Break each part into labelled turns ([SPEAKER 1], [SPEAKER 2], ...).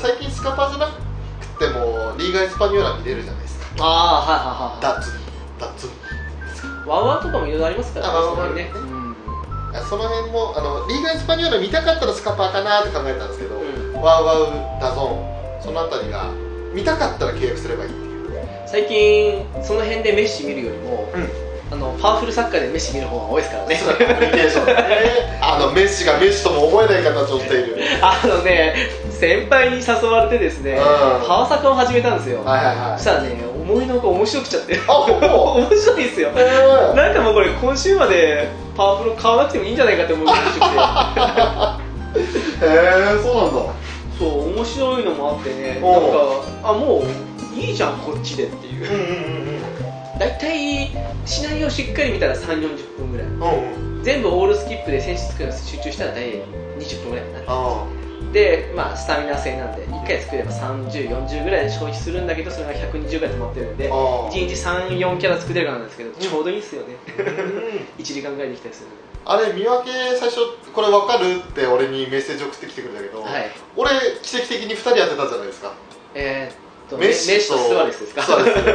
[SPEAKER 1] 最近スカパーじゃなくてもリーガ・エスパニョーラ見れるじゃないですか
[SPEAKER 2] ああはいはいはい
[SPEAKER 1] ダッツリダッツリ
[SPEAKER 2] はいワウワウとかもいろいろありますから
[SPEAKER 1] あワウ
[SPEAKER 2] そ
[SPEAKER 1] ワ
[SPEAKER 2] こ
[SPEAKER 1] ウ
[SPEAKER 2] に
[SPEAKER 1] ね
[SPEAKER 2] ねうん
[SPEAKER 1] あその辺もあのリーガ・エスパニョーラ見たかったらスカパーかなって考えたんですけど、
[SPEAKER 2] う
[SPEAKER 1] ワウワウダゾーンそのあたりが見たかったら契約すればいいっていう
[SPEAKER 2] 最近その辺でメッシ見るよりも、
[SPEAKER 1] うん
[SPEAKER 2] あのパワフルサッカーでメッシ見る方が多いです からね
[SPEAKER 1] そうだコミュニケーションだねあのメッシがメッシとも思えない形をしている
[SPEAKER 2] あのね先輩に誘われてですね、
[SPEAKER 1] うん
[SPEAKER 2] パワサカを始めたんですよ、
[SPEAKER 1] はいはいはい
[SPEAKER 2] そしたらね思いのほか面白くちゃって
[SPEAKER 1] あほぼ
[SPEAKER 2] 面白いですよ
[SPEAKER 1] うん
[SPEAKER 2] なんかもうこれ今週までパワプロ買わなくてもいいんじゃないかって思う面白 くて
[SPEAKER 1] へえそうなんだ
[SPEAKER 2] そう面白いのもあってねなんか
[SPEAKER 1] おう
[SPEAKER 2] あもういいじゃんこっちでっていう
[SPEAKER 1] うんうん
[SPEAKER 2] 大体シナリオしっかり見たら3 4 0分ぐらい
[SPEAKER 1] うんうんうん
[SPEAKER 2] 全部オールスキップで選手作るのに集中したら大体20分ぐらいかな
[SPEAKER 1] あ
[SPEAKER 2] で、まあ、スタミナ性なんで1回作れば3040ぐらいで消費するんだけどそれが120ぐらい溜まってるんで
[SPEAKER 1] あああ
[SPEAKER 2] 1日34キャラ作れるからなんですけどちょうどいいっすよね
[SPEAKER 1] うん
[SPEAKER 2] 1時間ぐらいできたりするんで
[SPEAKER 1] あれ見分け最初これ分かるって俺にメッセージ送ってきてくれたけど、
[SPEAKER 2] はい
[SPEAKER 1] 俺奇跡的に2人当てたじゃないですか
[SPEAKER 2] えーっとメッシとスワレスですか
[SPEAKER 1] そうですね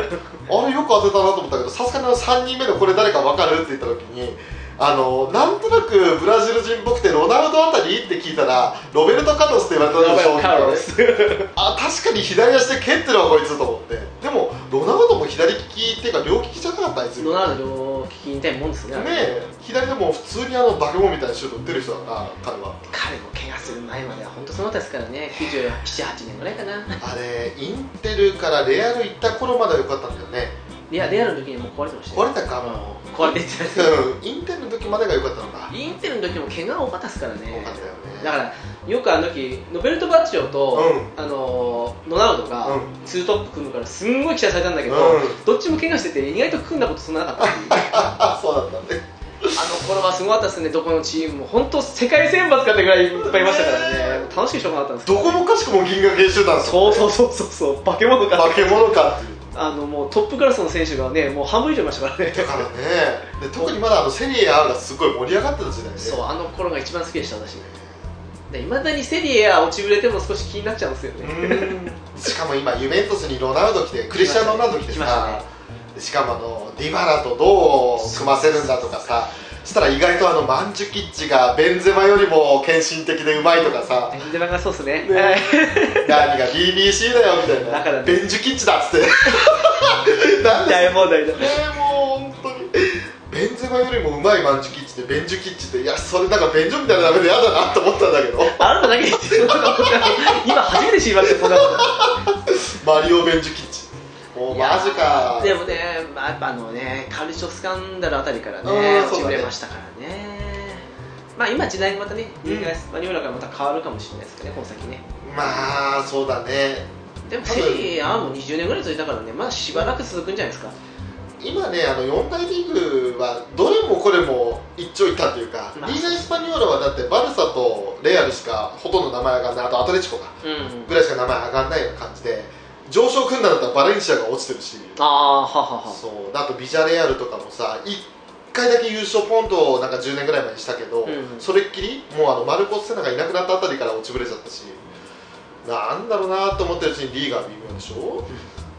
[SPEAKER 1] あれよく当てたなと思ったけどさすがにあの3人目のこれ誰か分かるって言った時にあのなんとなくブラジル人っぽくてロナウドあたりって聞いたらロベルト・カロスって言われた
[SPEAKER 2] や
[SPEAKER 1] でしょ
[SPEAKER 2] ばいカロス
[SPEAKER 1] あ確かに左足で蹴ってるわこいつと思ってでもロナウドも左利きっていうか両利きじゃなかったあいつ
[SPEAKER 2] ロナウド両利きみたいなもんですね
[SPEAKER 1] ねえ左でも普通にあのバケモンみたいなシュート打ってる人だから彼は
[SPEAKER 2] 彼も怪我する前までは本当その他ですからね978年ぐらいかな
[SPEAKER 1] あれインテルからレアル行った頃までは良かったんだよね
[SPEAKER 2] レアレアルの時にはもう壊れてました
[SPEAKER 1] 壊
[SPEAKER 2] よ
[SPEAKER 1] れたか、
[SPEAKER 2] 壊れてたんですよ
[SPEAKER 1] うん、インテルの時までが良かったのか
[SPEAKER 2] インテルの時も怪我多かったですからね
[SPEAKER 1] 多かったよね
[SPEAKER 2] だからよくあの時ノベルト・バッチオと、あのーロナウドが
[SPEAKER 1] うん
[SPEAKER 2] ツートップ組むからすんごい期待されたんだけど、
[SPEAKER 1] うん
[SPEAKER 2] どっちも怪我してて意外と組んだことそんななかったっていう
[SPEAKER 1] あ
[SPEAKER 2] あ
[SPEAKER 1] そうだったね
[SPEAKER 2] の頃はすごかったですねどこのチームも本当世界選抜かってぐらいいっぱいいましたからね楽しくしょうがなかったんですけ
[SPEAKER 1] ど
[SPEAKER 2] ど
[SPEAKER 1] こもかしくも銀河系集団う
[SPEAKER 2] そうそうそうそうそう化け物か
[SPEAKER 1] 化け物かっていう
[SPEAKER 2] あのもうトップクラスの選手がねもう半分以上いましたからね
[SPEAKER 1] だからねで特にまだあのセリエ A がすごい盛り上がってた時代ね
[SPEAKER 2] そうあの頃が一番好きでした私
[SPEAKER 1] ね
[SPEAKER 2] いまだにセリエは落ちぶれても少し気になっちゃうんですよ
[SPEAKER 1] う
[SPEAKER 2] ね、
[SPEAKER 1] んしかも今ユベントスにロナウド来てクリスチャン・ロナウド来て
[SPEAKER 2] 来ました
[SPEAKER 1] さ
[SPEAKER 2] ね
[SPEAKER 1] しかもあのディバラとどう組ませるんだとかさそしたら意外とあのマンチュキッチがベンゼマよりも献身的でうまいとかさ
[SPEAKER 2] エンデマがそうっすね
[SPEAKER 1] ね何が BBC だよみたいな
[SPEAKER 2] だからね
[SPEAKER 1] ベンジュキッチだっつって なんで
[SPEAKER 2] 大問題だ
[SPEAKER 1] ねもう本当にベンゼマよりもうまいマンチュキッチってベンジュキッチっていやそれなんかベンジョみたいなダメで嫌だなと思ったんだけど
[SPEAKER 2] あなただけで言ってる 今初めて知りましたよそんなこ
[SPEAKER 1] マリオ・ベンジュキッチも
[SPEAKER 2] と
[SPEAKER 1] うマジか
[SPEAKER 2] いやでもね、まあ、やっぱあのねカルチョスカンダルあたりからね
[SPEAKER 1] うん
[SPEAKER 2] 落
[SPEAKER 1] そ
[SPEAKER 2] ち
[SPEAKER 1] う
[SPEAKER 2] ぶ
[SPEAKER 1] だね
[SPEAKER 2] れましたからねまあ今時代がまたね
[SPEAKER 1] うん
[SPEAKER 2] リーガスパニョーラからまた変わるかもしれないですけどねこの先ね
[SPEAKER 1] まあそうだね
[SPEAKER 2] でもセリエ A もう20年ぐらい続いたからねまあしばらく続くんじゃないですか
[SPEAKER 1] 今ねあの4大リーグはどれもこれも一長一短というか、
[SPEAKER 2] まあ
[SPEAKER 1] リーガ・エスパニョーラはだってバルサとレアルしかほとんど名前上がらないあとアトレチコか
[SPEAKER 2] うん
[SPEAKER 1] ぐらいしか名前上がらないような感じで上昇組んだんだったらバレンシアが落ちてるし
[SPEAKER 2] ああははは
[SPEAKER 1] そうあとビジャレアルとかもさ1回だけ優勝ポンとなんか10年ぐらい前にしたけど、
[SPEAKER 2] うん
[SPEAKER 1] それっきりもうあのマルコス・セナがいなくなったあたりから落ちぶれちゃったしなんだろうなと思ってるうちにリーガー微妙でしょ、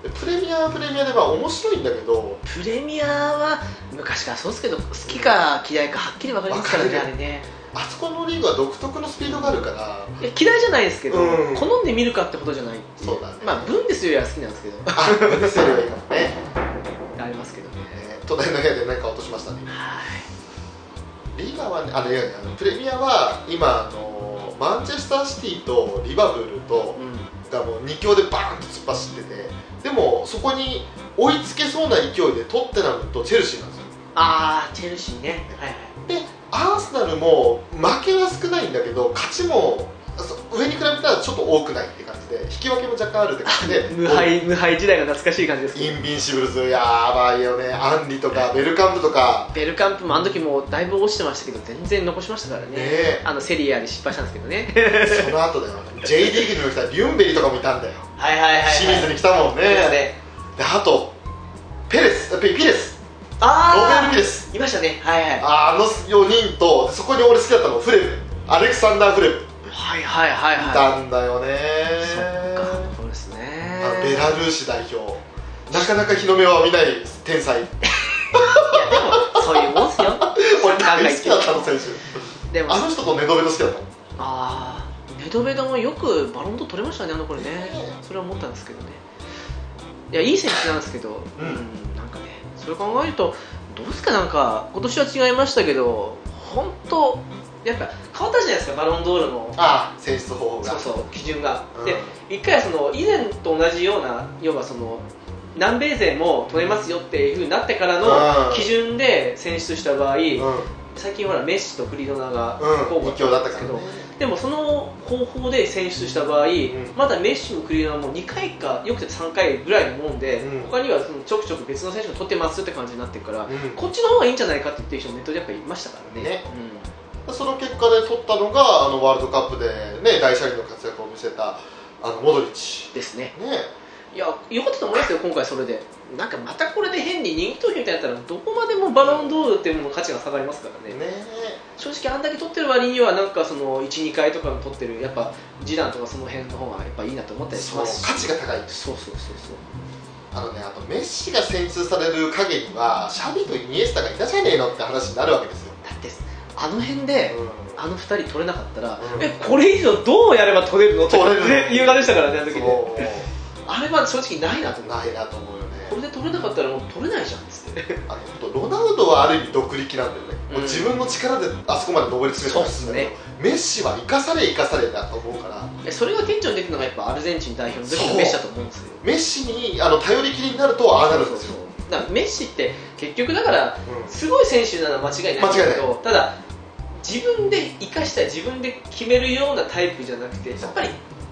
[SPEAKER 1] でプレミアはプレミアでまあ面白いんだけど
[SPEAKER 2] プレミアは昔からそうですけど好きか嫌いかはっきり分かりますからね
[SPEAKER 1] 分
[SPEAKER 2] あ
[SPEAKER 1] かれ
[SPEAKER 2] れね
[SPEAKER 1] あそこのリーグは独特のスピードがあるから
[SPEAKER 2] いや嫌いじゃないですけど、
[SPEAKER 1] うん
[SPEAKER 2] 好んで見るかってことじゃないってい
[SPEAKER 1] そうだね
[SPEAKER 2] まあブンデスよりは好きなんですけど
[SPEAKER 1] あ見せればいいかもねね
[SPEAKER 2] ありますけどね
[SPEAKER 1] 隣の部屋で何か落としましたね
[SPEAKER 2] はい
[SPEAKER 1] リーガーはねあれいやいやあのプレミアは今あのマンチェスターシティとリバブルと
[SPEAKER 2] うん
[SPEAKER 1] がもう2強でバーンと突っ走っててでもそこに追いつけそうな勢いでトッテナムとチェルシーなんですよ
[SPEAKER 2] ああチェルシーねはいはい
[SPEAKER 1] でアーセナルも負けは少ないんだけど勝ちもそ上に比べたらちょっと多くないって感じで引き分けも若干あるって感じで
[SPEAKER 2] 無敗無敗時代が懐かしい感じですけ
[SPEAKER 1] イ
[SPEAKER 2] ど
[SPEAKER 1] ンビンシブルズやばいよねアンリとかベルカンプとか
[SPEAKER 2] ベルカンプもあの時もうだいぶ落ちてましたけど全然残しましたからね
[SPEAKER 1] ねえ
[SPEAKER 2] あのセリアに失敗したんですけどね
[SPEAKER 1] その後だよ J リーグにも来たリュンベリとかもいたんだよ
[SPEAKER 2] はいはいはい、はい、
[SPEAKER 1] 清水に来たもんね
[SPEAKER 2] ですね
[SPEAKER 1] であとペレスピピレスロベ
[SPEAKER 2] あ
[SPEAKER 1] ル・ピレス
[SPEAKER 2] あいましたねはいはい
[SPEAKER 1] あの4人とそこに俺好きだったのフレブアレクサンダー・フレブい
[SPEAKER 2] はいはいはいはい
[SPEAKER 1] たんだよね、
[SPEAKER 2] そ
[SPEAKER 1] ベラルーシ代表なかなか日の目を浴びない天才
[SPEAKER 2] いやでもそういうもんっすよ
[SPEAKER 1] 俺大好きだったの選手
[SPEAKER 2] でも
[SPEAKER 1] あの人とネドベド好きだった
[SPEAKER 2] ああネドベドもよくバロンド取れましたねあの頃ねそれは思ったんですけどねいやいい選手なんですけど
[SPEAKER 1] うん
[SPEAKER 2] なんかねそれ考えるとどうですかなんか今年は違いましたけど本当やっぱ変わったじゃないですかバロンドールの
[SPEAKER 1] ああ選出方法が
[SPEAKER 2] そうそう基準が、
[SPEAKER 1] うん
[SPEAKER 2] で一回はその以前と同じような要はその南米勢も取れますよっていうふうになってから
[SPEAKER 1] う
[SPEAKER 2] の
[SPEAKER 1] ん
[SPEAKER 2] 基準で選出した場合、
[SPEAKER 1] うん
[SPEAKER 2] 最近ほらメッシとクリロナが
[SPEAKER 1] うん
[SPEAKER 2] 候
[SPEAKER 1] 一
[SPEAKER 2] 補
[SPEAKER 1] 強だっ
[SPEAKER 2] だったたん
[SPEAKER 1] か
[SPEAKER 2] です
[SPEAKER 1] ら
[SPEAKER 2] け
[SPEAKER 1] ね
[SPEAKER 2] ど、でもその方法で選出した場合、
[SPEAKER 1] ん
[SPEAKER 2] まだメッシもクリロナも2回かよくて3回ぐらいのもんで、
[SPEAKER 1] うん
[SPEAKER 2] 他にはそのちょくちょく別の選手が取ってますって感じになってるから、
[SPEAKER 1] うん
[SPEAKER 2] こっちの方がいいんじゃないかって言ってる人もネットでやっぱいましたからね
[SPEAKER 1] ねその結果で取ったのがあのワールドカップで、ね、大車輪の活躍を見せたあのモドリッチ
[SPEAKER 2] う、んですね
[SPEAKER 1] ね、
[SPEAKER 2] いやよかったと思いますよ今回それでなんかまたこれで変に人気投票みたいになったらどこまでもバロンドールっていうものの価値が下がりますからね
[SPEAKER 1] ね
[SPEAKER 2] 正直あんだけ取ってる割にはなんかその12回とかの取ってるやっぱジダンとかその辺の方がやっぱいいなと思ったりし
[SPEAKER 1] そう
[SPEAKER 2] ますし
[SPEAKER 1] 価値が高い
[SPEAKER 2] そうそうそうそ
[SPEAKER 1] あのねあとメッシが選出される陰にはシャビとイニエスタがいたじゃねえのって話になるわけですよ、
[SPEAKER 2] うだってあの辺で
[SPEAKER 1] うん
[SPEAKER 2] あの2人取れなかったら、
[SPEAKER 1] うん
[SPEAKER 2] えこれ以上どうやれば取れるのって
[SPEAKER 1] 取れるの
[SPEAKER 2] ね言う感じでしたからねあの時ね
[SPEAKER 1] そ
[SPEAKER 2] あれは正直ないなと
[SPEAKER 1] う
[SPEAKER 2] 思っ
[SPEAKER 1] な
[SPEAKER 2] て
[SPEAKER 1] いなと思うよね
[SPEAKER 2] これで取れなかったらもう取れないじゃんっつって
[SPEAKER 1] あの本当ロナウドはある意味独力なんだよね、もう
[SPEAKER 2] うん
[SPEAKER 1] 自分の力であそこまで上り詰めたんですけど
[SPEAKER 2] そうっ
[SPEAKER 1] メッシは生かされ生かされだと思うから
[SPEAKER 2] えそれが顕著に出てるのがやっぱアルゼンチン代表の時のメッシだと思うんですよ
[SPEAKER 1] メッシにあの頼りきりになるとああなるんですよ、
[SPEAKER 2] だからメッシって結局だから
[SPEAKER 1] うん
[SPEAKER 2] すごい選手なのは間違いないんだけ
[SPEAKER 1] 間違い
[SPEAKER 2] どただ自分で生かしたい自分で決めるようなタイプじゃなくてやっぱり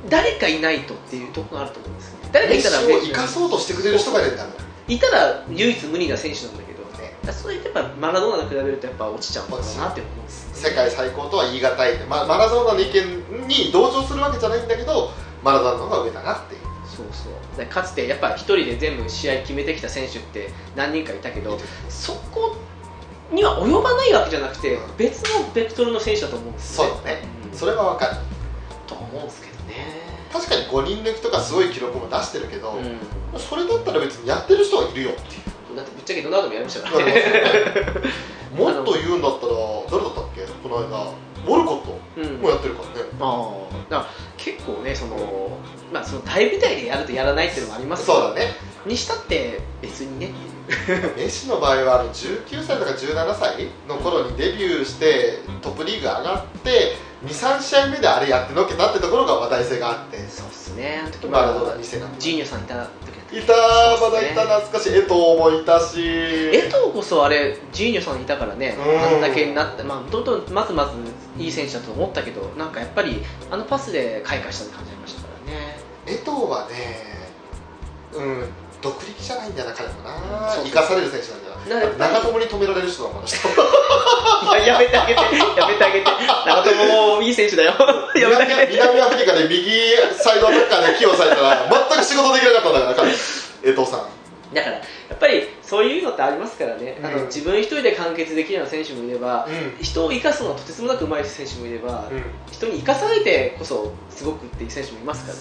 [SPEAKER 2] 誰かいないとっていうところがあると思うんですよ誰か
[SPEAKER 1] メッ
[SPEAKER 2] いたら
[SPEAKER 1] シ
[SPEAKER 2] メ
[SPEAKER 1] を
[SPEAKER 2] ッシ
[SPEAKER 1] 生かそうとしてくれる人がいるんだ
[SPEAKER 2] いたら唯一無二な選手なんだけど
[SPEAKER 1] ね
[SPEAKER 2] だからそれってやっぱマラドーナと比べるとやっぱ落ちちゃうんだろうなって思うんです
[SPEAKER 1] 世界最高とは言い難いって、ま、マラドーナの意見に同情するわけじゃないんだけどマラドーナの方が上だなっていう
[SPEAKER 2] そうそうだからかつてやっぱ一人で全部試合決めてきた選手って何人かいたけどそこには及ばないわけじゃなくて別のベクトルの選手だと思うんです
[SPEAKER 1] そ
[SPEAKER 2] よ
[SPEAKER 1] うだね
[SPEAKER 2] うん
[SPEAKER 1] それは分かる
[SPEAKER 2] とは思うんですけどね、
[SPEAKER 1] 確かに5人抜きとかすごい記録も出してるけど、
[SPEAKER 2] う、
[SPEAKER 1] それだったら別にやってる人はいるよっていうん
[SPEAKER 2] だってぶっちゃけドナウドもやりましたから
[SPEAKER 1] な
[SPEAKER 2] ね、
[SPEAKER 1] るほど もっと言うんだったら誰だったっけこの間ウォルコット
[SPEAKER 2] うん
[SPEAKER 1] もやってるからね、
[SPEAKER 2] ああだから結構ねその、まあ、その大舞台でやるとやらないっていうのもありますけ
[SPEAKER 1] そう
[SPEAKER 2] ど
[SPEAKER 1] だね
[SPEAKER 2] にしたって別にね
[SPEAKER 1] メッシの場合はあの19歳とか17歳の頃にデビューしてトップリーグ上がって23試合目であれやってのけたってところが話題性があって
[SPEAKER 2] そうっすねあの時
[SPEAKER 1] マラ
[SPEAKER 2] ま
[SPEAKER 1] ドーナ
[SPEAKER 2] だ
[SPEAKER 1] 2世なんて
[SPEAKER 2] ジーニョさんいた時だった
[SPEAKER 1] いたー
[SPEAKER 2] そ
[SPEAKER 1] ま
[SPEAKER 2] うっ
[SPEAKER 1] だい
[SPEAKER 2] すね
[SPEAKER 1] た懐かしい江藤もいたし
[SPEAKER 2] 江藤こそあれジーニョさんいたからね、
[SPEAKER 1] うん
[SPEAKER 2] あんだけになって、まあ、どんどんまずまずいい選手だと思ったけどなんかやっぱりあのパスで開花したって感じありましたからね
[SPEAKER 1] 江藤はねうん独立じゃないんだよな彼もな
[SPEAKER 2] そう
[SPEAKER 1] 生かされる選手なんだよな
[SPEAKER 2] なる
[SPEAKER 1] 長友に止められる人だもんあの人
[SPEAKER 2] い ややめてあげて、やめてあげて、長友もいい選手だよ、 やめてあ
[SPEAKER 1] 南
[SPEAKER 2] げて、
[SPEAKER 1] 南アフリカで右サイドアタッカーで起用されたら全く仕事できなかったんだから彼江藤さん
[SPEAKER 2] だからやっぱりそういうのってありますからね、あ
[SPEAKER 1] うん
[SPEAKER 2] の自分一人で完結できるような選手もいれば、
[SPEAKER 1] う
[SPEAKER 2] 人を生かすのはとてつもなく上手い選手もいれば、
[SPEAKER 1] ん、うん
[SPEAKER 2] 人に生かされてこそすごくっていう選手もいますからね。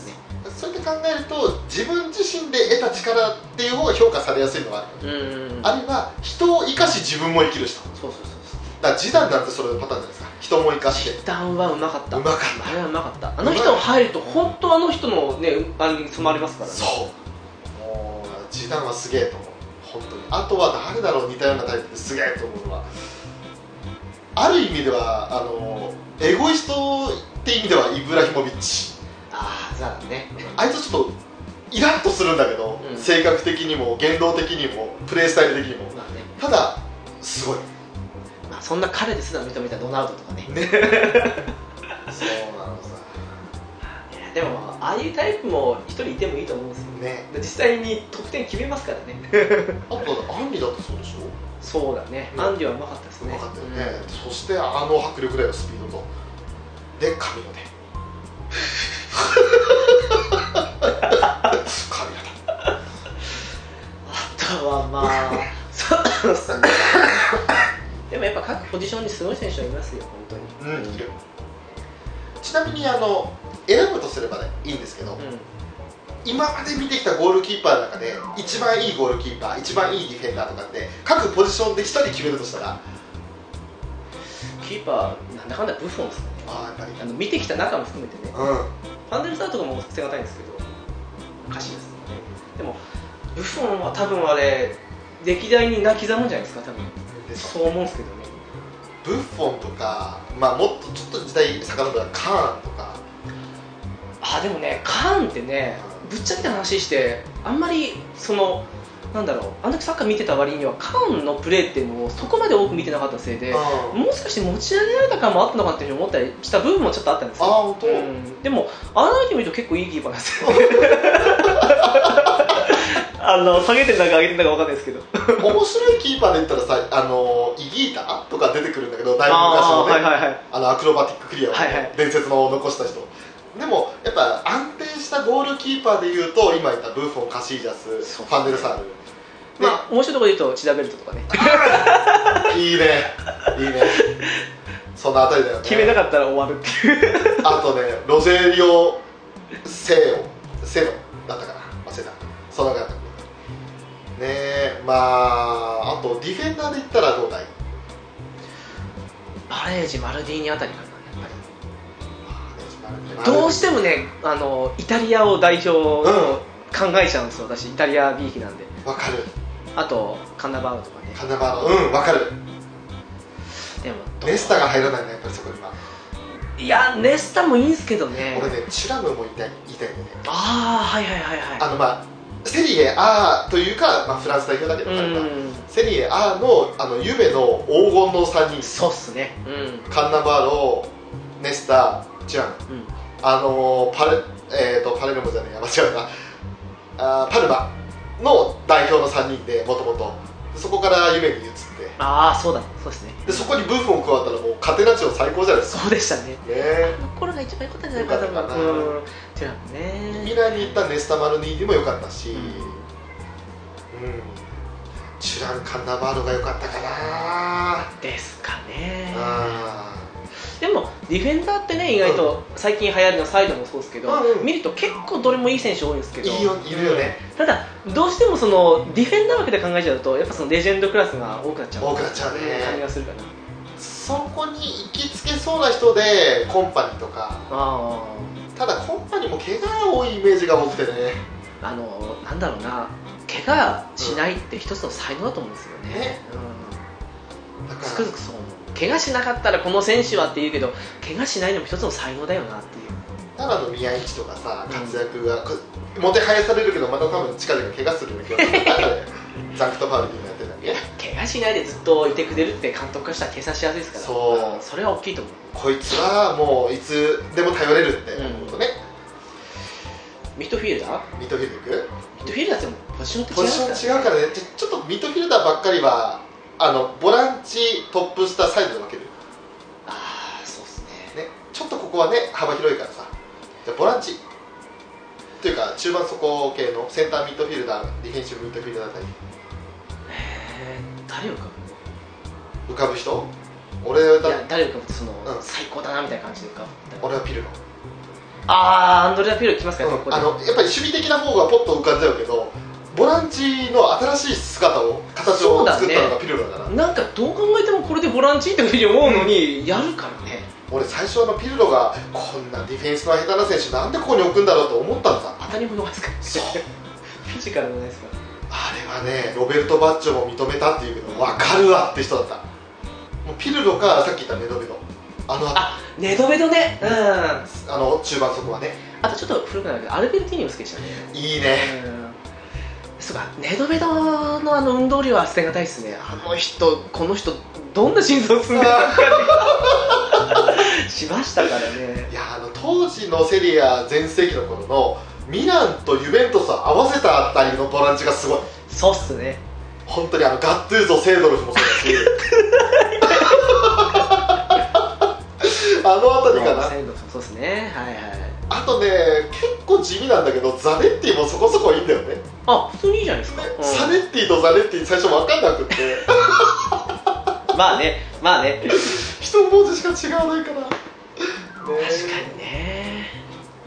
[SPEAKER 1] そうやって考えると自分自身で得た力っていう方が評価されやすいのはある、
[SPEAKER 2] うん
[SPEAKER 1] あるいは人を生かし自分も生きる人だ
[SPEAKER 2] そうそうそうそう。
[SPEAKER 1] から示談なんてそれのパターンじゃないですか人も生かして
[SPEAKER 2] 一旦はうまかっ
[SPEAKER 1] う
[SPEAKER 2] た。
[SPEAKER 1] まかっ
[SPEAKER 2] あれはうまかった。あの人入ると本当あの人のねあれに染まりますか
[SPEAKER 1] た
[SPEAKER 2] らね。
[SPEAKER 1] そうもう示談はすげえと思う本当にあとは誰だろう似たようなタイプですげえと思うのはある意味ではあのエゴイストって意味ではイブラヒモビッチ
[SPEAKER 2] ああザラね。
[SPEAKER 1] あいつちょっとイラッとするんだけど、
[SPEAKER 2] うん
[SPEAKER 1] 性格的にも言動的にもプレースタイル的にも
[SPEAKER 2] まあね、
[SPEAKER 1] ただすごい
[SPEAKER 2] まあそんな彼ですら認めたドナウドとかね。
[SPEAKER 1] そうなのさ
[SPEAKER 2] でもまあああいうタイプも一人いてもいいと思うんですよ
[SPEAKER 1] ね
[SPEAKER 2] 実際に得点決めますからね
[SPEAKER 1] あとだってアンリだってそうでしょ
[SPEAKER 2] そうだね、
[SPEAKER 1] うん
[SPEAKER 2] アンディはうまかったです
[SPEAKER 1] う
[SPEAKER 2] ね
[SPEAKER 1] まかったよね、そしてあの迫力だよスピードとで髪の毛 髪の
[SPEAKER 2] あとは まあそうですねでもやっぱ各ポジションにすごい選手はいますよ本当に
[SPEAKER 1] 毛うんいるちなみにあの選ぶとすればねいいんですけど、
[SPEAKER 2] うん
[SPEAKER 1] 今まで見てきたゴールキーパーの中で一番いいゴールキーパー一番いいディフェンダーとかって各ポジションで1人決めるとしたら
[SPEAKER 2] キーパー、なんだかんだブフォンですね、
[SPEAKER 1] ああやっぱり
[SPEAKER 2] あの見てきた中も含めてね、
[SPEAKER 1] う
[SPEAKER 2] ファンデルサーとかも手堅いんですけど、おかしいですよね、でも、ブフォンは多分あれ、歴代に泣き刻むんじゃないですか、多分
[SPEAKER 1] んでしょ
[SPEAKER 2] そう思うんですけどね、
[SPEAKER 1] ブッフォンとか、まあ、もっとちょっと時代遡ったらカーンとか
[SPEAKER 2] あでもね、カーンってね、ぶっちゃけた話して、あんまり、その、なんだろう、あの時サッカー見てた割には、カーンのプレーっていうのをそこまで多く見てなかったせいで、
[SPEAKER 1] うん
[SPEAKER 2] もしかして持ち上げられた感もあったのかっていうふうに思ったりした部分もちょっとあったんです
[SPEAKER 1] ああ
[SPEAKER 2] よ。
[SPEAKER 1] 本当、
[SPEAKER 2] うんでも、あの時見ると結構いいキーパーなん ですよね。あの下げてるだか上げてるだかわかんないですけど。
[SPEAKER 1] 面白いキーパーで言ったらさあのイギータとか出てくるんだけどだいぶ昔の
[SPEAKER 2] あー
[SPEAKER 1] ね、
[SPEAKER 2] はいはいはい。
[SPEAKER 1] あのアクロバティッククリアをね、
[SPEAKER 2] はいはい
[SPEAKER 1] 伝説の残した人でもやっぱ安定したゴールキーパーでいうと今言ったブッフォンカシージャス
[SPEAKER 2] そう
[SPEAKER 1] ファンデルサールで
[SPEAKER 2] まあ面白いところで言うとチダベルトとかね。
[SPEAKER 1] いいねいいねそのあたりだよね
[SPEAKER 2] 決めなかったら終わるっていう。
[SPEAKER 1] あとねロゼリオ・セオセロだったかな忘れたその方ねえまああとディフェンダーで言ったらどうだい
[SPEAKER 2] バレージマルディーニあたりかな。やっぱりどう
[SPEAKER 1] ど
[SPEAKER 2] してもね、あのイタリアを代表の
[SPEAKER 1] うん
[SPEAKER 2] 考えちゃうんですよ。私イタリア B 期なんで。
[SPEAKER 1] わかる
[SPEAKER 2] あとカンナバウとかね。
[SPEAKER 1] カンナバーのうんわかる
[SPEAKER 2] でもどう
[SPEAKER 1] ネスタが入らないねやっぱりそこにはい
[SPEAKER 2] やネスタもいいんすけどね。
[SPEAKER 1] 俺ね、チュラムも言いたい言いたいんだよね、
[SPEAKER 2] ああはいはいはい
[SPEAKER 1] あ
[SPEAKER 2] は
[SPEAKER 1] のまあ、セリエ A というか、まあ、フランス代表だけど、
[SPEAKER 2] い。
[SPEAKER 1] 彼は
[SPEAKER 2] うん。
[SPEAKER 1] セリエ A のあの夢の黄金の3人、
[SPEAKER 2] そうっすね。う
[SPEAKER 1] カンナバーロ、ネスタ、チュラム、
[SPEAKER 2] ん。うん。
[SPEAKER 1] あのーパレ、えー、とパレルモじゃない、や間違えた、あーパルマの代表の3人で、もともと、そこから夢に移って、
[SPEAKER 2] ああそうだそうですね。
[SPEAKER 1] でそこにブーフォン加わったら、もうカテナチオ最高じゃないですか。
[SPEAKER 2] そうでしたね。
[SPEAKER 1] ねえ
[SPEAKER 2] これが一番良かったんじゃないかな
[SPEAKER 1] 良かったかな
[SPEAKER 2] うん。違う
[SPEAKER 1] ミ
[SPEAKER 2] ね。
[SPEAKER 1] ランに行ったネスタ・マルニーニも良かったし、
[SPEAKER 2] う
[SPEAKER 1] うんん、チュラン・カンナバールが良かったかな、
[SPEAKER 2] ですかね。
[SPEAKER 1] あ
[SPEAKER 2] でもディフェンダーってね意外と最近流行りのサイドもそうですけど、
[SPEAKER 1] うんうん
[SPEAKER 2] 見ると結構どれもいい選手多いんですけど
[SPEAKER 1] ーいいよいるよね、
[SPEAKER 2] ただどうしてもそのディフェンダー枠で考えちゃうとやっぱそのレジェンドクラスが多くなっちゃう
[SPEAKER 1] 多くなっちゃうね
[SPEAKER 2] 感じがするかな
[SPEAKER 1] そこに行きつけそうな人でコンパニーとか
[SPEAKER 2] あ
[SPEAKER 1] ただコンパニーも怪我が多いイメージが多くてね
[SPEAKER 2] ーあのなんだろうな怪我しないって一つの才能だと思うんですよね、
[SPEAKER 1] ね
[SPEAKER 2] うん
[SPEAKER 1] だ
[SPEAKER 2] つく
[SPEAKER 1] か
[SPEAKER 2] づくそう思う怪我しなかったらこの選手はって言うけど怪我しないのも一つの才能だよなっていう
[SPEAKER 1] ら奈良の宮市とかさ
[SPEAKER 2] うん
[SPEAKER 1] 活躍が、こもてはやされるけどまた多分近々怪我するような気がする ザンクとファウルになってたね
[SPEAKER 2] 怪我しないでずっといてくれるって監督からしたら計算しやすいですから
[SPEAKER 1] そう
[SPEAKER 2] うんそれは大きいと思う
[SPEAKER 1] こいつはもういつでも頼れるってことね、
[SPEAKER 2] ミッドフィールダー
[SPEAKER 1] ミッドフィルド行く
[SPEAKER 2] ミッドフィールダーってもポジションって違い
[SPEAKER 1] ポ
[SPEAKER 2] ま
[SPEAKER 1] ジシ
[SPEAKER 2] す
[SPEAKER 1] ョ
[SPEAKER 2] から
[SPEAKER 1] ン違うからねちょちょっとミッドフィルダーばっかりはあのボランチトップスターサイドで分ける、ね、
[SPEAKER 2] ああそうっすね
[SPEAKER 1] ちょっとここはね幅広いからさじゃあボランチというか中盤底系のセンターミッドフィルダーディフェンシブミッドフィルダーあたり
[SPEAKER 2] へえ誰を浮か
[SPEAKER 1] 浮かぶ人俺
[SPEAKER 2] ぶい
[SPEAKER 1] だ
[SPEAKER 2] や誰を浮かぶってその、
[SPEAKER 1] うん
[SPEAKER 2] 最高だなみたいな感じで浮かぶ
[SPEAKER 1] 俺はピルロ、
[SPEAKER 2] ああーアンドレア・ピルロ来ますから、
[SPEAKER 1] うん
[SPEAKER 2] ここで
[SPEAKER 1] あのやっぱり守備的な方がポッと浮かんじゃうけどボランチの新しい姿を形
[SPEAKER 2] そう
[SPEAKER 1] を
[SPEAKER 2] だ
[SPEAKER 1] 作
[SPEAKER 2] ね
[SPEAKER 1] ったのがピルロだから
[SPEAKER 2] なんかどう考えてもこれでボランチってふうに思うのに、やるからね
[SPEAKER 1] 俺最初のピルロがこんなディフェンスの下手な選手なんでここに置くんだろうと思ったのさ
[SPEAKER 2] 当たりも弱いですから
[SPEAKER 1] そう
[SPEAKER 2] フィジカルもないですから
[SPEAKER 1] あれはねロベルト・バッジョも認めたっていうけど分かるわって人だったもうピルロかさっき言ったメドベドあのあ
[SPEAKER 2] あネドベドねうんあ
[SPEAKER 1] の中盤そこはね
[SPEAKER 2] とちょっと古くなるけどアルベルティーニも好きでしたね
[SPEAKER 1] いいね
[SPEAKER 2] うんそうかネドベドのあの運動量は捨てがたいですねあの人この人どんな心臓すんでたの かってしましたからね
[SPEAKER 1] いやあの当時のセリア全盛期の頃のミランとユベントスを合わせたあたりのボランチがすごい
[SPEAKER 2] そうっすね
[SPEAKER 1] 本当にあのガットゥーゾ・セードルフもそうだしあの辺りかな
[SPEAKER 2] サイドそうっすねはいはい
[SPEAKER 1] あとね結構地味なんだけどザネッティもそこそこいいんだよね、
[SPEAKER 2] あ普通にいいじゃないですか、うん
[SPEAKER 1] ザネッティとザネッティ最初分かんなくって
[SPEAKER 2] まあねま あね
[SPEAKER 1] 一文字しか違わないからね
[SPEAKER 2] 確かにね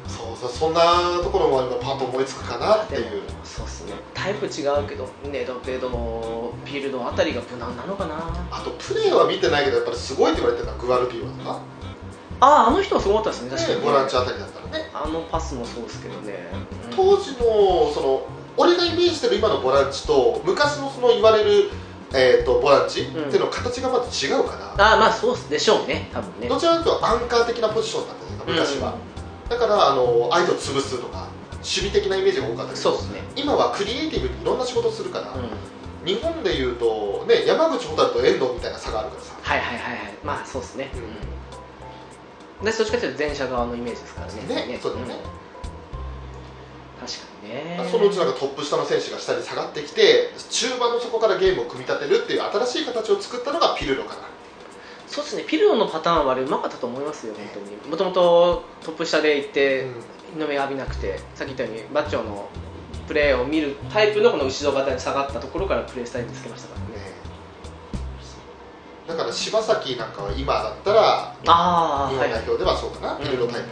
[SPEAKER 1] そうそうそそんなところも今パッと思いつくかなっていう
[SPEAKER 2] そうっすねタイプ違うけどネドペドフィールドあたりが無難なのかなあ
[SPEAKER 1] あとプレーは見てないけどやっぱりすごいって言われてるのはグアルディーワ
[SPEAKER 2] ああの人はすごかったですね
[SPEAKER 1] と
[SPEAKER 2] 確
[SPEAKER 1] か、
[SPEAKER 2] か
[SPEAKER 1] ね、
[SPEAKER 2] に、
[SPEAKER 1] ボランチあたりだったらね
[SPEAKER 2] あのパスもそうですけどね、うん
[SPEAKER 1] 当時のその俺がイメージしてる今のボランチと昔のその言われる、えー、とボランチっていうの形がまず違うから、
[SPEAKER 2] ああまあそうっすでしょうね多分ね
[SPEAKER 1] どちらかというとアンカー的なポジションだったじゃないですか昔は、、だからあの相手を潰すとか守備的なイメージが多かった
[SPEAKER 2] うん
[SPEAKER 1] け
[SPEAKER 2] そうっ
[SPEAKER 1] ど
[SPEAKER 2] すね、
[SPEAKER 1] 今はクリエイティブにいろんな仕事をするから、
[SPEAKER 2] うん、はい
[SPEAKER 1] 日本でいうと、ね、山口蛍と遠藤みたいな差があるからさ
[SPEAKER 2] はいはいはいまあそうっすね、うん、でそっちかというと前者側のイメージですからね
[SPEAKER 1] ねそうだよね
[SPEAKER 2] うん確かにね
[SPEAKER 1] そのうちなんかトップ下の選手が下に下がってきて中盤の底からゲームを組み立てるっていう新しい形を作ったのがピルロかな
[SPEAKER 2] そうですねピルロのパターンはあれうまかったと思いますよ本当にもともとトップ下で行って、日の目が浴びなくてさっき言ったようにバッチョのプレーを見るタイプのこの後ろ型に下がったところからプレースタイルにつけましたからね
[SPEAKER 1] ねだから柴崎なんかは今だったら
[SPEAKER 2] ああ
[SPEAKER 1] 日
[SPEAKER 2] は
[SPEAKER 1] 本
[SPEAKER 2] い
[SPEAKER 1] 代表ではそうかな、
[SPEAKER 2] うん
[SPEAKER 1] ピルロタイプ、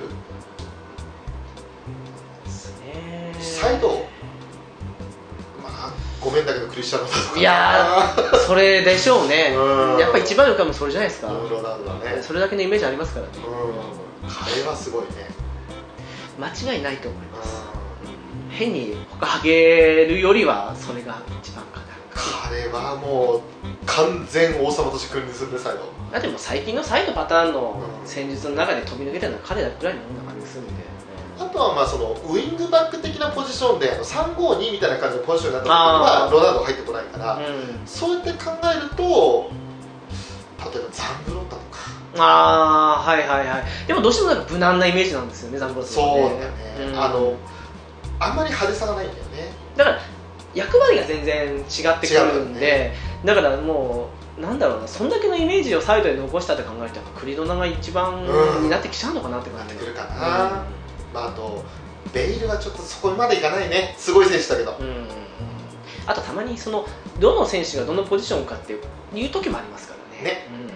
[SPEAKER 2] ですね
[SPEAKER 1] サイドまあごめんだけどクリスチャン・ロナウドかない
[SPEAKER 2] やそれでしょうね
[SPEAKER 1] うん
[SPEAKER 2] やっぱ一番浮かぶのそれじゃないですか
[SPEAKER 1] うんロナウドだね
[SPEAKER 2] それだけのイメージありますからね
[SPEAKER 1] うん彼はすごいね
[SPEAKER 2] 間違いないと思い
[SPEAKER 1] うん
[SPEAKER 2] ます変に他げるよりはそれが一番かな
[SPEAKER 1] 彼はもう完全王様として君臨するねサイド
[SPEAKER 2] だってもう最近のサイドパターンの戦術の中で飛び抜けたのは彼らくらいのような感じするんで
[SPEAKER 1] あとはまあそのウイングバック的なポジションであの352みたいな感じのポジションになった時
[SPEAKER 2] あ
[SPEAKER 1] は
[SPEAKER 2] ー
[SPEAKER 1] ロナウド入ってこないから、
[SPEAKER 2] うん
[SPEAKER 1] そうやって考えると例えばザンブロッタとか
[SPEAKER 2] ああはいはいはいでもどうしてもなんか無難なイメージなんですよねザンボロス
[SPEAKER 1] そうだよね、
[SPEAKER 2] うん
[SPEAKER 1] あのあんまり派手さがないんだよね
[SPEAKER 2] だから役割が全然違ってくるんで、だからもうなんだろうなそんだけのイメージをサイドに残したって考えたらクリドナが一番
[SPEAKER 1] うん
[SPEAKER 2] になってきちゃうのかなって感
[SPEAKER 1] なって
[SPEAKER 2] じ
[SPEAKER 1] くるかな、まあ、あとベイルはちょっとそこまでいかないねすごい選手だけど、
[SPEAKER 2] うん、うんあとたまにそのどの選手がどのポジションかっていう時もありますからね
[SPEAKER 1] ね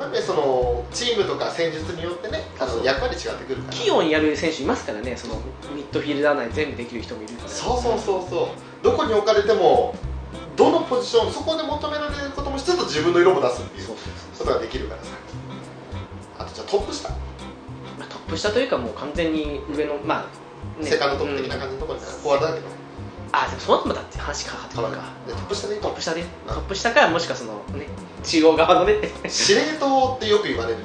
[SPEAKER 1] やっぱりそのチームとか戦術によってねあの役割違ってくるか
[SPEAKER 2] うん、
[SPEAKER 1] ら
[SPEAKER 2] 器用にやる選手いますからねそのミッドフィールダー内全部できる人もいるから
[SPEAKER 1] そうそうそうそうどこに置かれてもどのポジションそこで求められることもしつつ自分の色も出すっていう
[SPEAKER 2] そうそうそう
[SPEAKER 1] ことができるからさあとじゃあトップ下、
[SPEAKER 2] まあ、トップ下というかもう完全に上のまあ、
[SPEAKER 1] セカンドトップ的な
[SPEAKER 2] うん
[SPEAKER 1] 感じのところにフォワードだけど
[SPEAKER 2] あでもその後もだって話変わってくるか
[SPEAKER 1] でトップ下でいい
[SPEAKER 2] ト
[SPEAKER 1] と
[SPEAKER 2] ップ下でトップ下かもしくはそのね中央側のね
[SPEAKER 1] 司令塔ってよく言われる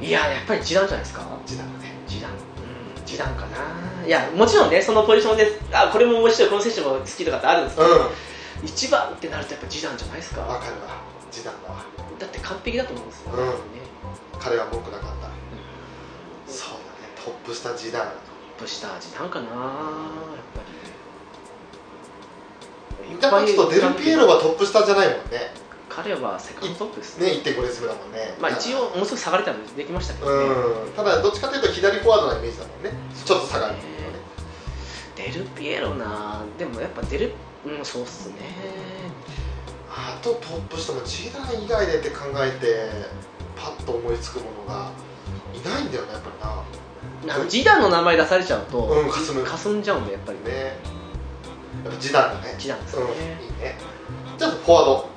[SPEAKER 2] いややっぱり時短じゃないですか
[SPEAKER 1] 時代だね
[SPEAKER 2] 時短うん時短かないやもちろんねそのポジションであこれも面白いこの選手も好きとかってあるんですけ
[SPEAKER 1] う
[SPEAKER 2] ど、
[SPEAKER 1] ん
[SPEAKER 2] 一番ってなるとやっぱ時短じゃないですか
[SPEAKER 1] わかるわ時短だわ
[SPEAKER 2] だって完璧だと思うんですよ、
[SPEAKER 1] うん
[SPEAKER 2] ね
[SPEAKER 1] 彼は文句なかった
[SPEAKER 2] ト
[SPEAKER 1] そうだねトップ下時短
[SPEAKER 2] ップ下時短かなやっぱり
[SPEAKER 1] だからちょっとデルピエロはトップ下じゃないもんね
[SPEAKER 2] 彼はセカンドトップですね
[SPEAKER 1] ね1.5レス目だもんね
[SPEAKER 2] まあ一応もうすぐ下がれたのでできましたけどね、
[SPEAKER 1] うんただどっちかというと左フォワードなイメージだもんねちょっと下がるっていうのね
[SPEAKER 2] デルピエロなでもやっぱデルうんそうっすね
[SPEAKER 1] あとトップ下もジダン以外でって考えてパッと思いつくものがいないんだよねやっぱ
[SPEAKER 2] あのジダンの名前出されちゃうと、
[SPEAKER 1] うんかすむ
[SPEAKER 2] かすんじゃうんでやっぱり
[SPEAKER 1] りなねやっぱジダンだね
[SPEAKER 2] ジダンです
[SPEAKER 1] う
[SPEAKER 2] よ
[SPEAKER 1] ん
[SPEAKER 2] ね、
[SPEAKER 1] いいねじゃあフォワード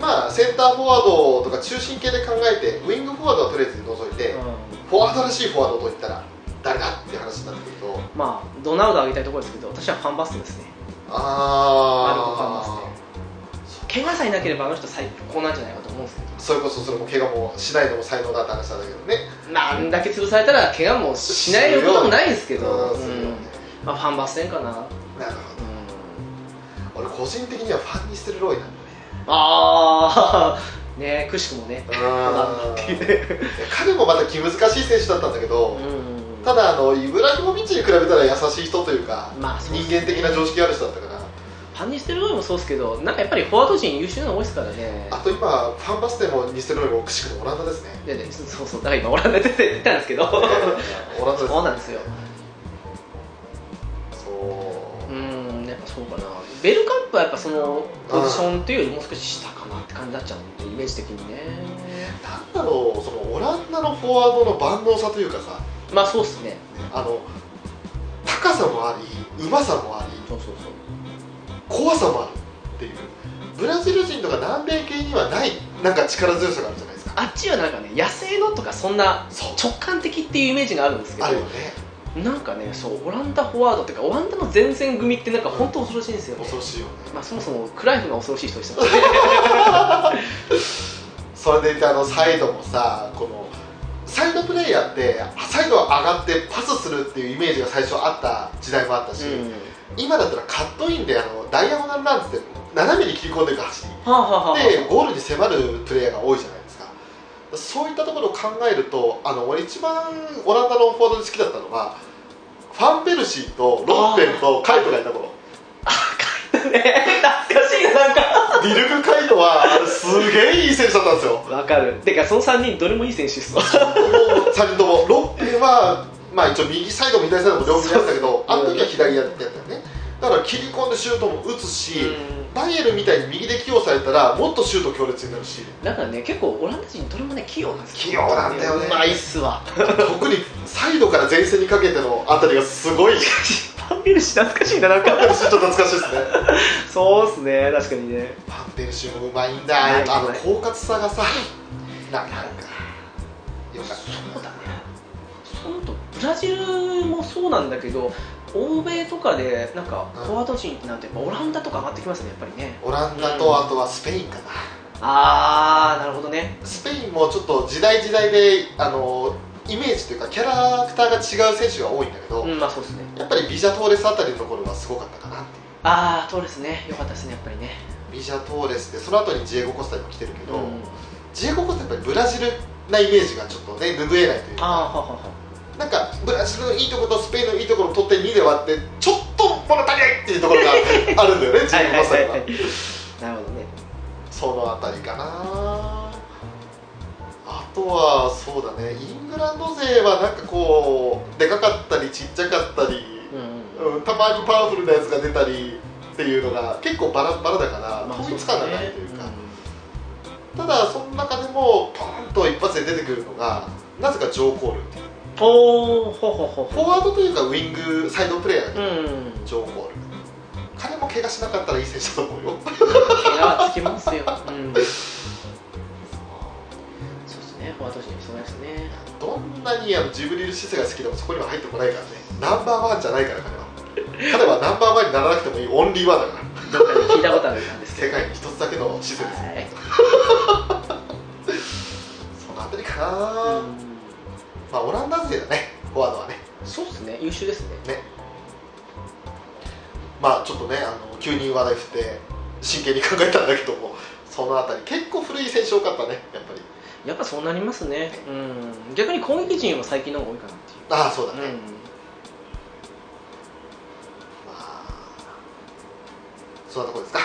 [SPEAKER 1] まあセンターフォワードとか中心系で考えてウイングフォワードはとりあえず除いて、
[SPEAKER 2] うん
[SPEAKER 1] フォワードらしいフォワードといったら誰だっていう話になってくると
[SPEAKER 2] まあドナウド上げたいところですけど私はファンバストですねマルコファンバ
[SPEAKER 1] あ
[SPEAKER 2] スト怪我さえなければあの人最高なんじゃないかと思うんですけど
[SPEAKER 1] あそれこそそれも怪我もしないのも才能だって話なんだけどね
[SPEAKER 2] まああんだけ潰されたら怪我もしないこともないですけど、
[SPEAKER 1] うんするよね
[SPEAKER 2] まあ、ファンバス戦かな、うん、
[SPEAKER 1] なるほど俺個人的にはファンにしてるロイなんだ
[SPEAKER 2] ああ ねくしくもね
[SPEAKER 1] よね 彼もまた気難しい選手だったんだけど、
[SPEAKER 2] うん
[SPEAKER 1] ただあのイブラヒモビッチに比べたら優しい人というか、
[SPEAKER 2] まあそう
[SPEAKER 1] 人
[SPEAKER 2] ですね
[SPEAKER 1] 間的な常識ある人だったから
[SPEAKER 2] パンニステルロイもそうですけど、なんかやっぱりフォワード陣優秀なの多いですからね。
[SPEAKER 1] あと今ファンバステもニステロイもくしくもオランダです ね
[SPEAKER 2] でね、そうそう、だから今オランダ出て言ったんです けど、
[SPEAKER 1] オランダです
[SPEAKER 2] そうなんですよ。
[SPEAKER 1] そう
[SPEAKER 2] うーん、やっぱそうかな。ベルカンプはやっぱそのポジションというよりもう少し下かなって感じになっちゃうんで、イメージ的にね。
[SPEAKER 1] なんだろうそのオランダのフォワードの万能さというかさ
[SPEAKER 2] うまあそうっすね
[SPEAKER 1] あの高さもありうまさもあり
[SPEAKER 2] そうそうそう
[SPEAKER 1] 怖さもあるっていうブラジル人とか南米系にはないなんか力強さがあるじゃないですか
[SPEAKER 2] あっちはなんかね野生のとかそんな
[SPEAKER 1] そう
[SPEAKER 2] 直感的っていうイメージがあるんですけど
[SPEAKER 1] あるよね
[SPEAKER 2] なんかねそうオランダフォワードっていうかオランダの前線組ってなんか本当恐ろしいんですよね
[SPEAKER 1] 恐ろしいよね、
[SPEAKER 2] まあそもそもクライフが恐ろしい人でしたもんね
[SPEAKER 1] それでいてあのサイドもさこのサイドプレイヤーってサイド上がってパスするっていうイメージが最初あった時代もあったし、
[SPEAKER 2] うん
[SPEAKER 1] 今だったらカットインであのダイヤモナルランズって斜めに切り込んでいく走り
[SPEAKER 2] はあはあはあ
[SPEAKER 1] でゴールに迫るプレイヤーが多いじゃないですかそういったところを考えるとあの俺一番オランダのフォワードで好きだったのはファンペルシーとロッペンとカイトがいた頃
[SPEAKER 2] ね懐かしいななんか
[SPEAKER 1] ディルグ・カイトはあれすげえいい選手だったんですよ
[SPEAKER 2] わかるてかその3人どれもいい選手っすわ
[SPEAKER 1] 3人ともロッペンは、まあ、一応右サイドも左サイドも両方やったけどあの時は左やってたよねだから切り込んでシュートも打つし、バイエルみたいに右で起用されたらもっとシュート強烈になるし
[SPEAKER 2] なんかね結構オランダ人どれもね器用なんですよ
[SPEAKER 1] 器用なんだよね
[SPEAKER 2] うまいっすわ
[SPEAKER 1] 特にサイドから前線にかけてのあたりがすごい
[SPEAKER 2] パンペルシ懐かしいななん
[SPEAKER 1] パン
[SPEAKER 2] か
[SPEAKER 1] ペルシーちょっと懐かしいですね
[SPEAKER 2] そうっすね確かにね
[SPEAKER 1] パンペルシーもうまいんだ
[SPEAKER 2] うまい
[SPEAKER 1] あの狡猾さがさなんかよか
[SPEAKER 2] そう
[SPEAKER 1] っ
[SPEAKER 2] だねそうとブラジルもそうなんだけど欧米とかでなんか
[SPEAKER 1] うん
[SPEAKER 2] フォワード陣ってなんてやっぱオランダとか上がってきますねやっぱりね
[SPEAKER 1] たオランダとあとはスペインかな
[SPEAKER 2] ああなるほどね
[SPEAKER 1] スペインもちょっと時代時代であのイメージというかキャラクターが違う選手が多いんだけど、
[SPEAKER 2] うんまあそうっすね
[SPEAKER 1] やっぱりビジャトーレスあたりの頃はすごかったかなっていう
[SPEAKER 2] ああそうですねよかったですねやっぱりね
[SPEAKER 1] ビジャトーレスでその後にジエゴ・コスタにも来てるけど、
[SPEAKER 2] うん
[SPEAKER 1] ジエゴ・コスタやっぱりブラジルなイメージがちょっとね拭えないという
[SPEAKER 2] ああ
[SPEAKER 1] か
[SPEAKER 2] ははは
[SPEAKER 1] なんかブラジルのいいところとスペインのいいところを取って2で割ってちょっと物足りないっていうところがあるんだよねジ
[SPEAKER 2] は
[SPEAKER 1] エ
[SPEAKER 2] い
[SPEAKER 1] ゴ・コスタに
[SPEAKER 2] はいはい
[SPEAKER 1] は
[SPEAKER 2] はいなるほどね
[SPEAKER 1] そのあたりかなあとはそうだねイングランド勢はなんかこうでかかったりちっちゃかったり、
[SPEAKER 2] うんうん
[SPEAKER 1] うん、たまにパワフルなやつが出たりっていうのが結構バラバラだから、
[SPEAKER 2] まあ
[SPEAKER 1] 統一感がないというか、
[SPEAKER 2] そ
[SPEAKER 1] ただその中でもポーンと一発で出てくるのがなぜかジョー・コールっていう
[SPEAKER 2] おおほほほ
[SPEAKER 1] フォ
[SPEAKER 2] ほ
[SPEAKER 1] ワードというかウイングサイドプレーヤー
[SPEAKER 2] う
[SPEAKER 1] の
[SPEAKER 2] ん
[SPEAKER 1] ジョー・コール彼も怪我しなかったらいい選手だと思うよ
[SPEAKER 2] 怪我はつきますようんそうですねフォワード陣そうですね
[SPEAKER 1] どんなにあのジブリル・シセが好きでもそこには入ってこないからねナンバーワンじゃないから彼は彼はナンバーワンにならなくてもいいオンリーワンだから
[SPEAKER 2] どっかで聞いたことあるんですけど
[SPEAKER 1] 世界に一つだけのシセです
[SPEAKER 2] はい
[SPEAKER 1] そのあたりかな、まあオランダ勢だねフォワードはね
[SPEAKER 2] そうですね優秀ですね
[SPEAKER 1] まあちょっとねあの急に話題振って真剣に考えたんだけどもそのあたり結構古い選手多かったねやっぱり
[SPEAKER 2] やっぱそうなりますねうん逆に攻撃陣は最近の方が多いかなっていう
[SPEAKER 1] ああそうだね、
[SPEAKER 2] うん
[SPEAKER 1] まあそんなとこですか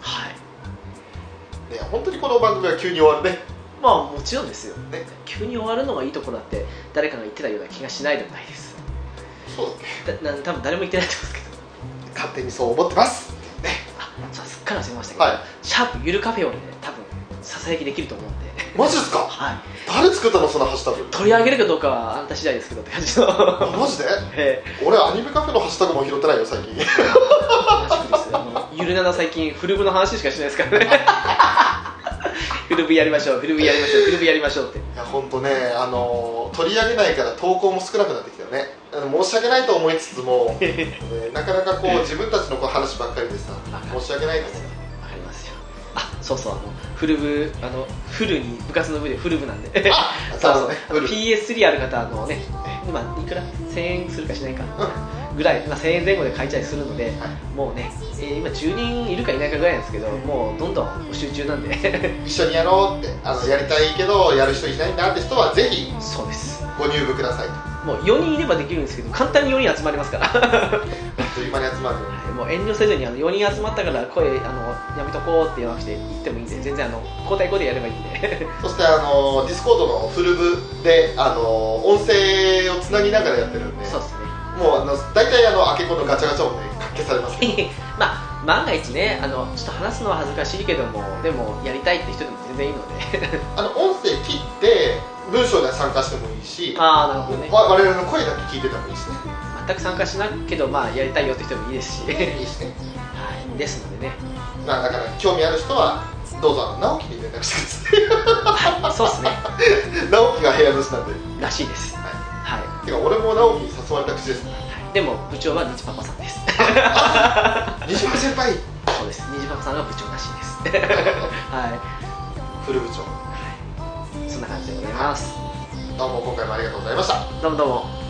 [SPEAKER 2] はい
[SPEAKER 1] ね本当にこの番組は急に終わるね
[SPEAKER 2] まあもちろんですよ
[SPEAKER 1] ね
[SPEAKER 2] 急に終わるのがいいところだって誰かが言ってたような気がしないでもないです
[SPEAKER 1] そうだね
[SPEAKER 2] だな多分誰も言ってないと思うんですけど
[SPEAKER 1] 勝手にそう思ってます
[SPEAKER 2] あそうすっから忘れましたけど、
[SPEAKER 1] は
[SPEAKER 2] シャープゆるカフェオレで多分ささやきできると思うんで
[SPEAKER 1] いマジですか
[SPEAKER 2] はい
[SPEAKER 1] 誰作ったのそのハッシュタ
[SPEAKER 2] 取り上げるかどうかはあんた次第ですけどって感じの、
[SPEAKER 1] グマジで
[SPEAKER 2] え
[SPEAKER 1] 俺アニメカフェのハッシュタグも拾ってないよ最近
[SPEAKER 2] ーらしいですよもうゆるなな最近古部の話しかしないですか らね古部やりましょう古部やりましょう古部やりましょうって
[SPEAKER 1] いや本当ねあの取り上げないから投稿も少なくなってきたよねあの申し訳ないと思いつつ も、ねなかなかこう自分たちのこう話ばっかりで さ申し訳ないですね
[SPEAKER 2] わかりますよあそうそうあの古部あの古に部活の部で古部なんで
[SPEAKER 1] あ
[SPEAKER 2] そう
[SPEAKER 1] そう
[SPEAKER 2] そう
[SPEAKER 1] ね
[SPEAKER 2] あ
[SPEAKER 1] う
[SPEAKER 2] の
[SPEAKER 1] る
[SPEAKER 2] PS3 ある方のね今いくら1000円するかしないかぐらい、まあ、1000円前後で買えたりするのでもうね、えー今10人いるかいないかぐらいなんですけどもうどんどん募集中なんで
[SPEAKER 1] 一緒にやろうってあのやりたいけどやる人いないなって人はぜひ
[SPEAKER 2] そうです
[SPEAKER 1] ご入部くだ さい
[SPEAKER 2] もう4人いればできるんですけど簡単に4人集まりますから
[SPEAKER 1] あっという間に集まる
[SPEAKER 2] もう遠慮せずにあの4人集まったから声あのやめとこうって言わなくて言ってもいいんで全然あの交代交代やればいいんで
[SPEAKER 1] そしてあのディスコードのフルブであの音声をつなぎながらやってるんで
[SPEAKER 2] そうですね
[SPEAKER 1] もうあの大体あの開け込のガチャガチャもね活気されますけど
[SPEAKER 2] まあ万が一ねあのちょっと話すのは恥ずかしいけどもでもやりたいって人でも全然いいので
[SPEAKER 1] あの音声切って文章で参加してもいいしし
[SPEAKER 2] ああなるほどね
[SPEAKER 1] わ我々の声だけ聞いてたもいいですね
[SPEAKER 2] 全く参加しないけどまあやりたいよって人もいいで
[SPEAKER 1] い
[SPEAKER 2] すし
[SPEAKER 1] いですね
[SPEAKER 2] はいですのでね
[SPEAKER 1] まあだから興味ある人はどうぞあの直樹に連絡してく
[SPEAKER 2] そうですね
[SPEAKER 1] ださい直樹が部屋主なんで、
[SPEAKER 2] らしいですはい、は
[SPEAKER 1] てか俺も直樹に誘われた口です
[SPEAKER 2] い、でも部長は虹パパさんです
[SPEAKER 1] 西村先輩
[SPEAKER 2] そうです虹パパさんが部長らしいですは
[SPEAKER 1] 古部長
[SPEAKER 2] いそんな感じでございます
[SPEAKER 1] どうも今回もありがとうございました
[SPEAKER 2] どうもどうも